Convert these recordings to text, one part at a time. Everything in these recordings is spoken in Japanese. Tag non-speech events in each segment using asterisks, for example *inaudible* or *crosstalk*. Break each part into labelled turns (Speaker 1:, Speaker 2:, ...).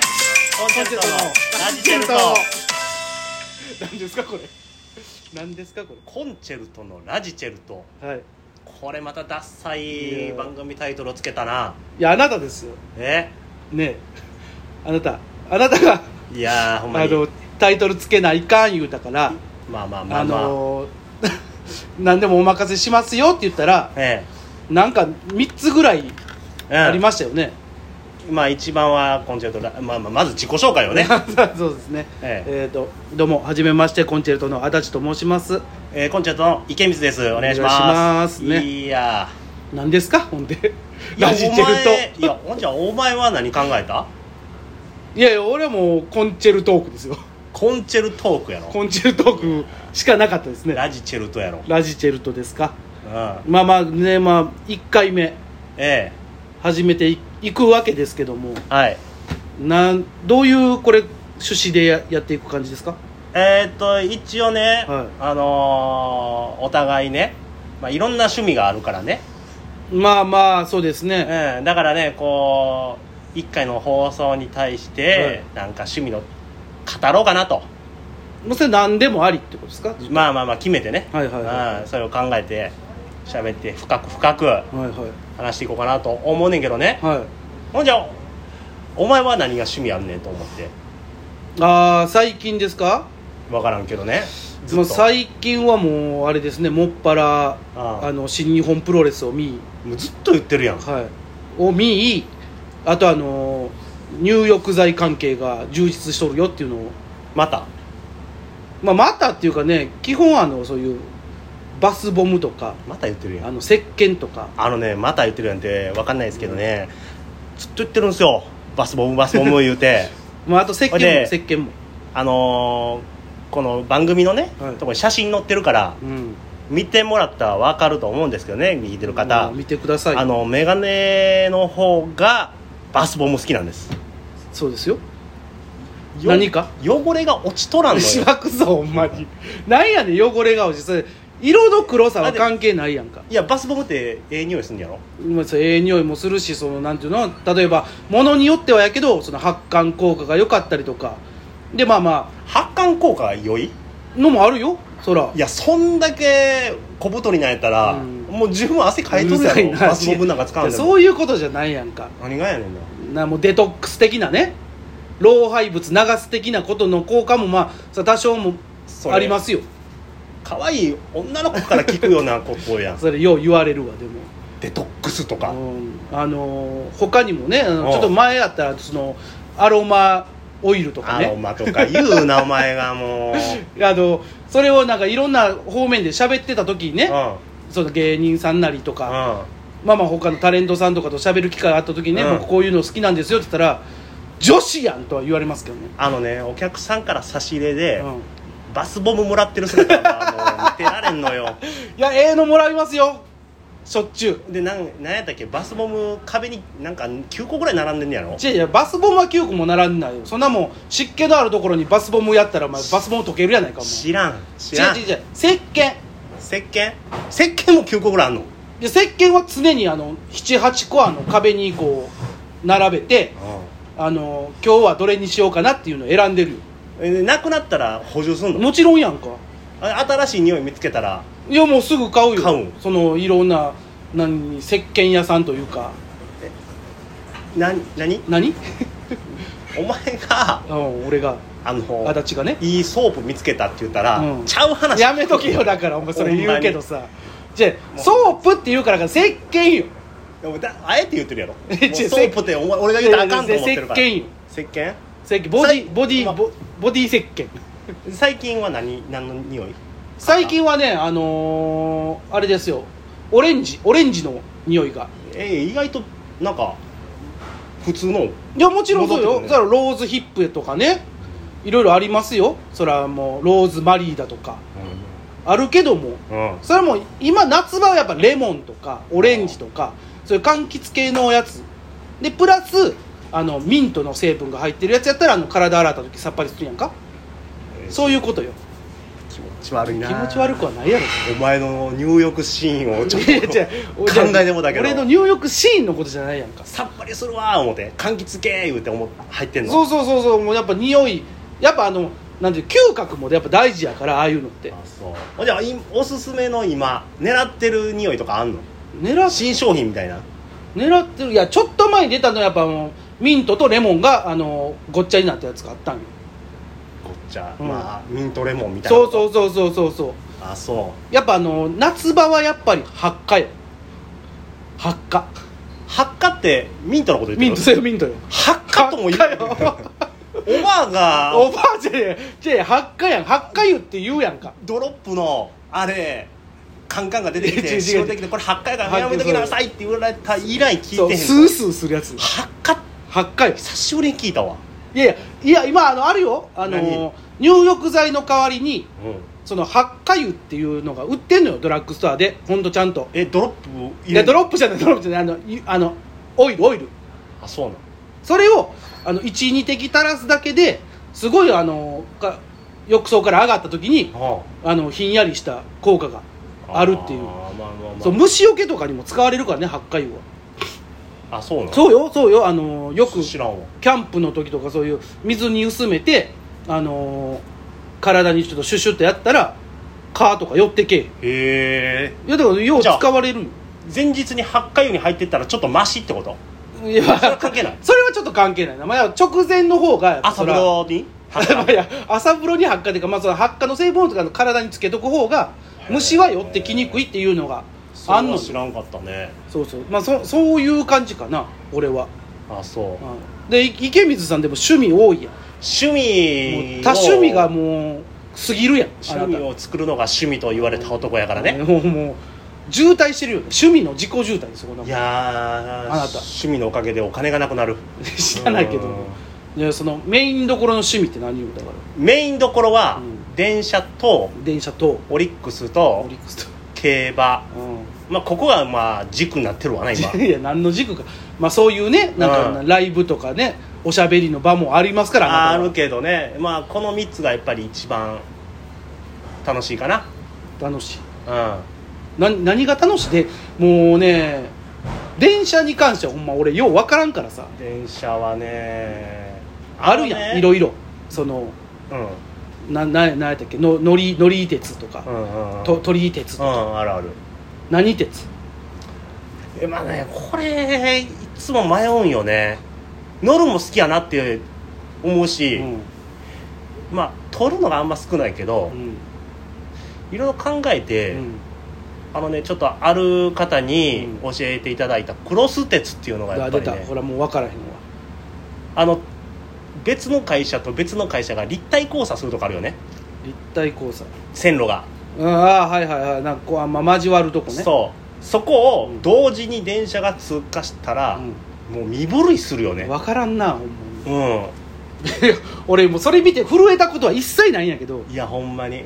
Speaker 1: ンセプトの
Speaker 2: ラジチェルト
Speaker 1: 何ですかこれ何ですかこ
Speaker 2: コンチェルトのラジチェルト
Speaker 1: れはい
Speaker 2: これまたダッサ
Speaker 1: い
Speaker 2: い
Speaker 1: や
Speaker 2: 番組タイトルをつけたない
Speaker 1: やあなたですよ
Speaker 2: え
Speaker 1: ねえあなたあなたが
Speaker 2: いやーほんま
Speaker 1: あ
Speaker 2: に
Speaker 1: のタイトルつけないかん言うたから
Speaker 2: まあまあま
Speaker 1: あ
Speaker 2: あまあ、
Speaker 1: の *laughs* 何でもお任せしますよって言ったら
Speaker 2: え
Speaker 1: なんか3つぐらい
Speaker 2: え、うん
Speaker 1: ありましたよね、
Speaker 2: まあ一番はコンチェルトラ、まあ、まあまず自己紹介をね
Speaker 1: *laughs* そうですね
Speaker 2: ええ
Speaker 1: えっ、とどうもはじめましてコンチェルトの足立と申します
Speaker 2: えー、コンチェルトの池水ですお願いします
Speaker 1: お願いしますね
Speaker 2: いや
Speaker 1: 何ですかほんで
Speaker 2: ーいや
Speaker 1: ラジチェル
Speaker 2: お前いやほんじゃお前は何考えた
Speaker 1: トいやいや俺はもうコンチェルトークですよ
Speaker 2: コンチェルトークやろ
Speaker 1: コンチェルトークしかなかったですね
Speaker 2: ラジチェルトやろ、うん、
Speaker 1: ラジチェルトですかまあまあねまあ1回目
Speaker 2: ええ
Speaker 1: 始めていいくわけですけども
Speaker 2: はい
Speaker 1: なんどういうこれ趣旨でややっていく感じですか
Speaker 2: えー、っと一応ね、
Speaker 1: はい
Speaker 2: あのーお互いね、まあ、いろんな趣味があるからね、
Speaker 1: まあまあそうですね
Speaker 2: うん、だからねこう1回の放送に対して、なんか趣味の語ろうかなと
Speaker 1: もうそれ何でもありってことですか
Speaker 2: まあまあまあ決めてね、
Speaker 1: はいはいは
Speaker 2: うん、それを考えて喋って深く深く
Speaker 1: はいはい
Speaker 2: 話していこうかなと思うねんけどね
Speaker 1: はい
Speaker 2: ほんじゃお前は何が趣味あんねんと思って
Speaker 1: ああ最近ですか
Speaker 2: 分からんけどねず
Speaker 1: もう
Speaker 2: っとも
Speaker 1: 最近はもうあれですねもっぱら
Speaker 2: あ
Speaker 1: あ
Speaker 2: あ
Speaker 1: の新日本プロレスを見
Speaker 2: うずっと言ってるやん
Speaker 1: はいを見あとあの入浴剤関係が充実しとるよっていうのを、
Speaker 2: また
Speaker 1: まあ、またっていうかね基本あのそういうバスボムとか
Speaker 2: また言ってるやん
Speaker 1: あの石鹸とか
Speaker 2: あのねまた言ってるなんて分かんないですけどね、ずっと言ってるんですよバスボムバスボム言う
Speaker 1: *laughs*
Speaker 2: て
Speaker 1: まあ、あと石鹸
Speaker 2: ほい
Speaker 1: も
Speaker 2: で
Speaker 1: 石鹸も、
Speaker 2: あのーこの番組のね、
Speaker 1: はい
Speaker 2: とこに写真載ってるから
Speaker 1: うん、
Speaker 2: 見てもらったら分かると思うんですけどね見てる方、
Speaker 1: まあ見てください
Speaker 2: あのメガネの方がバスボム好きなんです
Speaker 1: そうですよ
Speaker 2: よ
Speaker 1: 何か
Speaker 2: 汚れが落ちとらんの
Speaker 1: *laughs* し
Speaker 2: よ
Speaker 1: ばくぞほんまになんやねん汚れ顔してそれ色の黒さは関係ないやんか
Speaker 2: いやバスボムってええ匂いするんやろ
Speaker 1: まあ、そうええ匂いもするしそのなんていうの例えばものによってはやけどその発汗効果が良かったりとかでまあま
Speaker 2: 発汗効果が良い
Speaker 1: あのもあるよそら
Speaker 2: いやそんだけ小太りなんやったら、
Speaker 1: うん
Speaker 2: もう十分汗かいうと
Speaker 1: る
Speaker 2: るや
Speaker 1: さい
Speaker 2: ろ
Speaker 1: な
Speaker 2: バスボムなんか使うん
Speaker 1: いや
Speaker 2: だ
Speaker 1: そういうことじゃないやんか
Speaker 2: 何がやねんな
Speaker 1: なもうデトックス的なね老廃物流す的なことの効果もまあさ多少も
Speaker 2: それ
Speaker 1: ありますよ
Speaker 2: 可愛い女の子から聞くようなこと *laughs* やん
Speaker 1: それよう言われるわでも
Speaker 2: デトックスとか
Speaker 1: うんあのー他にもねあの
Speaker 2: うん
Speaker 1: ちょっと前やったらそのアロマオイルとか
Speaker 2: ア
Speaker 1: ね
Speaker 2: ロマとか言う *laughs* なお前がもう、
Speaker 1: あのそれをなんかいろんな方面で喋ってた時にね、
Speaker 2: う
Speaker 1: その芸人さんなりとか、
Speaker 2: んうん
Speaker 1: まあまあ他のタレントさんとかと喋る機会があった時にね、
Speaker 2: うん
Speaker 1: 僕こういうの好きなんですよって言ったら女子やんとは言われますけどね、
Speaker 2: あのねお客さんから差し入れで、
Speaker 1: うん
Speaker 2: バスボムもらってる姿がもう見てられんのよ *laughs*
Speaker 1: いやええのもらいますよしょっちゅう
Speaker 2: でなんなんやったっけバスボム壁になんか9個ぐらい並んでんねやろ
Speaker 1: いやいやバスボムは9個も並んでないよそんなもん湿気のあるところにバスボムやったら、まあ、バスボム溶けるやないかも
Speaker 2: 知らん知
Speaker 1: 違
Speaker 2: らん
Speaker 1: う違う違う石鹸
Speaker 2: 石鹸石鹸も9個ぐらいあんの
Speaker 1: で石鹸は常にあの78個あの壁にこう並べてあの今日はどれにしようかなっていうのを選んでるよ
Speaker 2: えでなくなったら補充すんの
Speaker 1: もちろんやんか
Speaker 2: あ新しい匂い見つけたら
Speaker 1: いやもうすぐ買うよ
Speaker 2: 買うん
Speaker 1: そのいろんな何石鹸屋さんというか
Speaker 2: な何
Speaker 1: 何
Speaker 2: お前が
Speaker 1: うん俺が
Speaker 2: あの
Speaker 1: 足立がね
Speaker 2: いいソープ見つけたって言ったら、
Speaker 1: うん
Speaker 2: ちゃう話
Speaker 1: やめとけよだからお前それ言うけどさじゃあ
Speaker 2: もう
Speaker 1: ソープって言うからから石鹸よ
Speaker 2: でもだあえて言ってる
Speaker 1: *laughs*
Speaker 2: やろもう
Speaker 1: 違う
Speaker 2: ソープってお前俺が言うたらあかんと思ってるから
Speaker 1: いやいや
Speaker 2: 石鹸
Speaker 1: 石鹸ボ
Speaker 2: さ
Speaker 1: デ
Speaker 2: い
Speaker 1: ィボデ
Speaker 2: 今
Speaker 1: ィボボディ石鹸
Speaker 2: 最近は何何の匂い
Speaker 1: 最近はねあのーあれですよオレンジオレンジの匂いが
Speaker 2: えー意外となんか普通の
Speaker 1: いやもちろんそう
Speaker 2: 戻っ
Speaker 1: よ、
Speaker 2: てくるね
Speaker 1: そらローズヒップとかねいろいろありますよそれはもうローズマリーだとかあるけども
Speaker 2: うん、
Speaker 1: それはもう今夏場はやっぱレモンとかオレンジとかそういう柑橘系のやつでプラスあのミントの成分が入ってるやつやったらあの体洗った時さっぱりするやんか
Speaker 2: えー
Speaker 1: そういうことよ
Speaker 2: 気持ち悪いな
Speaker 1: 気持ち悪くはないやろ
Speaker 2: お前の入浴シーンをちょっと
Speaker 1: いや違う
Speaker 2: *laughs* 考
Speaker 1: 俺
Speaker 2: えてもだけど
Speaker 1: 俺の入浴シーンのことじゃないやんか
Speaker 2: さっぱりするわー思って柑橘系言うて思っ入ってんの
Speaker 1: そうそうそうそうもうやっぱ匂いやっぱあのなんていう嗅覚もやっぱ大事やからああいうのって
Speaker 2: あそうほんじゃあいおすすめの今狙ってる匂いとかあんの
Speaker 1: 狙っ
Speaker 2: 新商品みたいな
Speaker 1: 狙ってるいやちょっと前に出たのはやっぱあのミントとレモンがあのごっちゃになったやつがあったんよ
Speaker 2: ごっちゃ、
Speaker 1: うん
Speaker 2: まあミントレモンみたいな
Speaker 1: そうそううそうそうそうそう
Speaker 2: あそ
Speaker 1: やっぱあの夏場はやっぱり発火よ発火
Speaker 2: う発火ってミントのこと言って
Speaker 1: ミ
Speaker 2: る
Speaker 1: ントそれミントよ
Speaker 2: 発火とも言う
Speaker 1: 発火よ
Speaker 2: おばあ
Speaker 1: お
Speaker 2: が
Speaker 1: ばあちゃんやじゃあ発火やん発火湯って言うやんか
Speaker 2: ドロップのあれカンカンが出てき
Speaker 1: 違う違
Speaker 2: て
Speaker 1: う
Speaker 2: 白出てきてこれ発火やからやめときなさいって言われた以来聞
Speaker 1: そ
Speaker 2: いうてへ
Speaker 1: ス
Speaker 2: ん
Speaker 1: ースーするやつ
Speaker 2: 発火って
Speaker 1: 発火よ
Speaker 2: 久しぶりに聞いたわ
Speaker 1: いやいやいや今あのあるよあの入浴剤の代わりに
Speaker 2: うん
Speaker 1: その発火油っていうのが売ってんのよドラッグストアでほんとちゃんと
Speaker 2: えドロップ
Speaker 1: いやドロ
Speaker 2: ッ
Speaker 1: ップじゃないドロップじゃないあのいあのオイルオイル
Speaker 2: プあそうなの
Speaker 1: それをあの12滴垂らすだけですごいあのか浴槽から上がった時に
Speaker 2: あ
Speaker 1: あのひんやりした効果が
Speaker 2: あ
Speaker 1: あるっていう
Speaker 2: あーまあまあまあ
Speaker 1: そう虫除けとかにも使われるからね発火油は
Speaker 2: あそうなの
Speaker 1: そうよそうよあのよく
Speaker 2: 知らんわ
Speaker 1: キャンプの時とかそういう水に薄めて、あのー体にちょっとシュッシュッとやったら蚊とか寄ってけえへん
Speaker 2: へえ
Speaker 1: いやだからよう
Speaker 2: じゃ
Speaker 1: 使
Speaker 2: あ
Speaker 1: われるんよ
Speaker 2: 前日に発火湯に入ってったらちょっとマシって
Speaker 1: *laughs*
Speaker 2: こと
Speaker 1: いや
Speaker 2: それ
Speaker 1: *laughs*
Speaker 2: は関係ない
Speaker 1: それはちょっと関係ないな、まあ、直前の方がやっぱ
Speaker 2: 朝
Speaker 1: そ
Speaker 2: 風
Speaker 1: れは
Speaker 2: 呂に
Speaker 1: *laughs* まあいや朝風呂に発火っていうか、まあ、その発火の成分とかの体につけとく方が虫は寄ってきにくいっていうのがあ
Speaker 2: あん
Speaker 1: んの
Speaker 2: の
Speaker 1: よ
Speaker 2: 知らんかったね
Speaker 1: そうそうまあそそういう感じかな俺は、
Speaker 2: あそう
Speaker 1: うんでい池水さんでも趣味多いやん
Speaker 2: 趣味
Speaker 1: も
Speaker 2: を
Speaker 1: う多趣味がもう過ぎるやんあなた
Speaker 2: 趣味を作るのが趣味と言われた男やからね
Speaker 1: もうもう渋滞してるよね趣味の自己渋滞ですよこんなもん
Speaker 2: いやー
Speaker 1: あなた
Speaker 2: 趣味のおかげでお金がなくなる
Speaker 1: 知らないけどいやそのメインどころの趣味って何よだか
Speaker 2: メインどころは
Speaker 1: うん
Speaker 2: 電車と
Speaker 1: ら電車と
Speaker 2: オリックス
Speaker 1: オ
Speaker 2: と
Speaker 1: リックスと
Speaker 2: 競馬
Speaker 1: う
Speaker 2: まあここがまあ軸になってるわな今
Speaker 1: んいや何の *laughs* 軸かまあそういうねなんか
Speaker 2: う
Speaker 1: ライブとかねおしゃべりの場もありますから
Speaker 2: あ
Speaker 1: な
Speaker 2: る
Speaker 1: んか
Speaker 2: けどねまあこの3つがやっぱり一番楽しいかな
Speaker 1: 楽し
Speaker 2: うん
Speaker 1: いな何が楽しいでもうね電車に関してはほんま俺よう分からんからさ
Speaker 2: 電車はね
Speaker 1: あるやんい
Speaker 2: い
Speaker 1: ろいろその
Speaker 2: ろうん
Speaker 1: なななんやったっけの乗り乗り鉄とか、
Speaker 2: うんうん
Speaker 1: と鳥居鉄
Speaker 2: う
Speaker 1: とか、
Speaker 2: んあるある
Speaker 1: 何鉄
Speaker 2: えまあねこれいつも迷うんよね乗るも好きやなって思うし、
Speaker 1: うん
Speaker 2: まあ取るのがあんま少ないけど、
Speaker 1: うん
Speaker 2: いろいろ考えて、
Speaker 1: うん
Speaker 2: あのねちょっとある方に
Speaker 1: う
Speaker 2: 教えていただいたクロス鉄っていうのがや
Speaker 1: あ
Speaker 2: っぱ
Speaker 1: 出
Speaker 2: り
Speaker 1: た
Speaker 2: ね
Speaker 1: ほらもう分からへんわ
Speaker 2: あの別の会社と別の会社が立体交差するとかあるよね
Speaker 1: 立体交差
Speaker 2: 線路が、
Speaker 1: うんああはいはいはいなんかこうあんま交わるとこね
Speaker 2: そうそこを
Speaker 1: うん
Speaker 2: 同時に電車が通過したら、もう身震いするよ
Speaker 1: う
Speaker 2: ね
Speaker 1: ん、分からんなほんまに
Speaker 2: う
Speaker 1: 俺もうそれ見て震えたことは一切ないんやけど
Speaker 2: んいやほんまに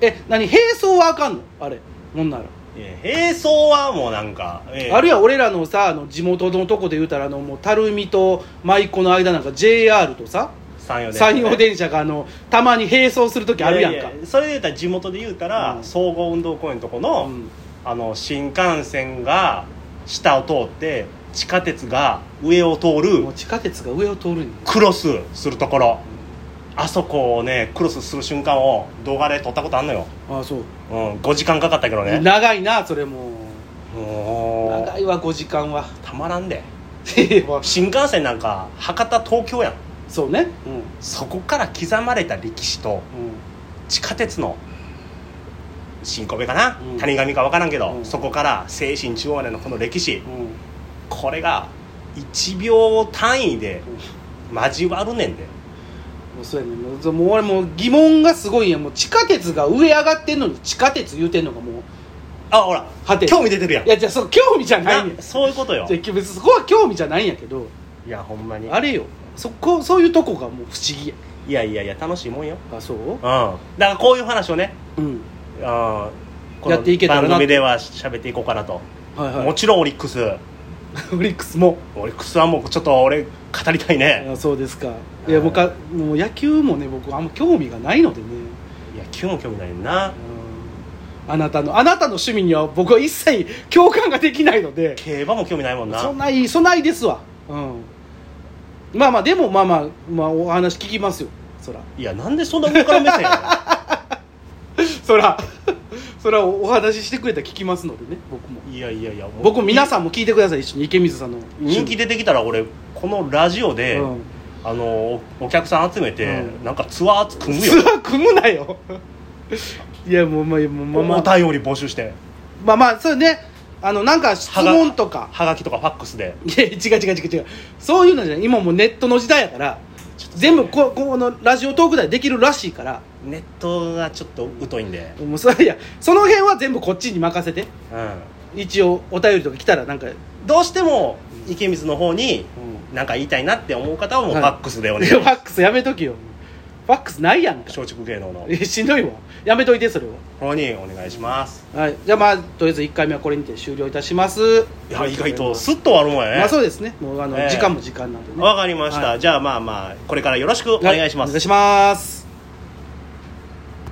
Speaker 1: え何並走はあかんのあれほんなら、
Speaker 2: いや並走はもうなんか、ええ
Speaker 1: あるいは俺らのさあの地元のとこで言うたらあのもう垂水と舞子の間なんか JR とさ
Speaker 2: 山陽電車
Speaker 1: 山陽電車があのたまに並走する時あるやんか
Speaker 2: いいいそれで言ったら地元で言うたら、
Speaker 1: うん
Speaker 2: 総合運動公園のとこの,、
Speaker 1: うん
Speaker 2: あの新幹線が下を通って地下鉄が上を通る
Speaker 1: もう地下鉄が上を通るんや
Speaker 2: クロスするところあそこをねクロスする瞬間を動画で撮ったことあんのよ、
Speaker 1: ああそう
Speaker 2: うん、5時間かかったけどね
Speaker 1: 長いなそれも
Speaker 2: も
Speaker 1: 長
Speaker 2: う
Speaker 1: いわ5時間は
Speaker 2: たまらんで
Speaker 1: いやまあ
Speaker 2: 新幹線なんか博多東京やん
Speaker 1: そうねうん
Speaker 2: そこから刻まれた歴史と
Speaker 1: うん
Speaker 2: 地下鉄の新神戸かな、
Speaker 1: うん
Speaker 2: 谷上か分からんけど、
Speaker 1: うん
Speaker 2: そこから精神中央までのこの歴史
Speaker 1: うん
Speaker 2: これが1秒単位で交わるねんで
Speaker 1: もうそうやねもうもう俺もう疑問がすごいんやもう地下鉄が上上がってんのに地下鉄言うてんのがもう
Speaker 2: あほら
Speaker 1: はて
Speaker 2: 興味出てるやん
Speaker 1: いやじゃあそう興味じゃないねん
Speaker 2: なそういうことよ
Speaker 1: じゃあ別にそこは興味じゃないんやけど
Speaker 2: いやほんまに
Speaker 1: あれよそこそういうとこがもう不思議や
Speaker 2: いやいやいや楽しいもんよ
Speaker 1: あそう
Speaker 2: うんだからこういう話をね、
Speaker 1: うん
Speaker 2: うん、や
Speaker 1: やっていけたらなって
Speaker 2: 番組では喋っていこうかなと、
Speaker 1: はいは
Speaker 2: も
Speaker 1: い
Speaker 2: ちろんオリックス
Speaker 1: オリックスも
Speaker 2: オリックスはもうちょっと俺語りたいね
Speaker 1: あそうですかいや僕はもう野球もね僕あんま興味がないのでね
Speaker 2: いや球も興味ないな
Speaker 1: あなたのあなたの趣味には僕は一切共感ができないので
Speaker 2: 競馬も興味ないもんな
Speaker 1: そんないいそんないですわうんまあまあでもまあまあまあお話聞きますよそら *laughs*
Speaker 2: いやなんでそんな上から目線や
Speaker 1: そら *laughs* そらおお話ししてくれたら聞きますのでね僕も *laughs*
Speaker 2: ねんいやいやいやもう
Speaker 1: 僕皆さんも聞いてください一緒に池水さんの
Speaker 2: 人気
Speaker 1: で、
Speaker 2: 出てきたら俺このラジオで、
Speaker 1: うん
Speaker 2: あのおお客さん集めて、
Speaker 1: うん
Speaker 2: なんかツアー組む
Speaker 1: *laughs* ツ
Speaker 2: よ
Speaker 1: アー組むなよ *laughs* いやもうまあも
Speaker 2: お
Speaker 1: うまあまあ
Speaker 2: 便り募集して
Speaker 1: まあまあそうねあのなんか質問とか
Speaker 2: はがきとかファックスで
Speaker 1: いや違う違う違う違うそういうのじゃない今もうネットの時代やから全部ここのラジオトークでできるらしいから
Speaker 2: ネットがちょっと疎いんで、
Speaker 1: もうそいやその辺は全部こっちに任せて
Speaker 2: うん、
Speaker 1: 一応お便りとか来たらなんか、うん、
Speaker 2: どうしても池水の方に何か言いたいなって思う方はもうフ
Speaker 1: はい
Speaker 2: ァックスでお
Speaker 1: い
Speaker 2: 願い
Speaker 1: や
Speaker 2: し
Speaker 1: ファ
Speaker 2: ます
Speaker 1: ックスやめときよファックスないやんか
Speaker 2: 松竹芸能の
Speaker 1: えしんどいわやめといてそれは、
Speaker 2: 方にお願いします
Speaker 1: はい、じゃあまあとりあえず1回目はこれにて終了いたします
Speaker 2: いや意外とスッと終わるもんやね、
Speaker 1: まあそうですねもうあの、
Speaker 2: ええ
Speaker 1: 時間も時間なんでね
Speaker 2: わかりました、
Speaker 1: はい
Speaker 2: じゃあまあまあこれからよろしくお願いします、
Speaker 1: お願いします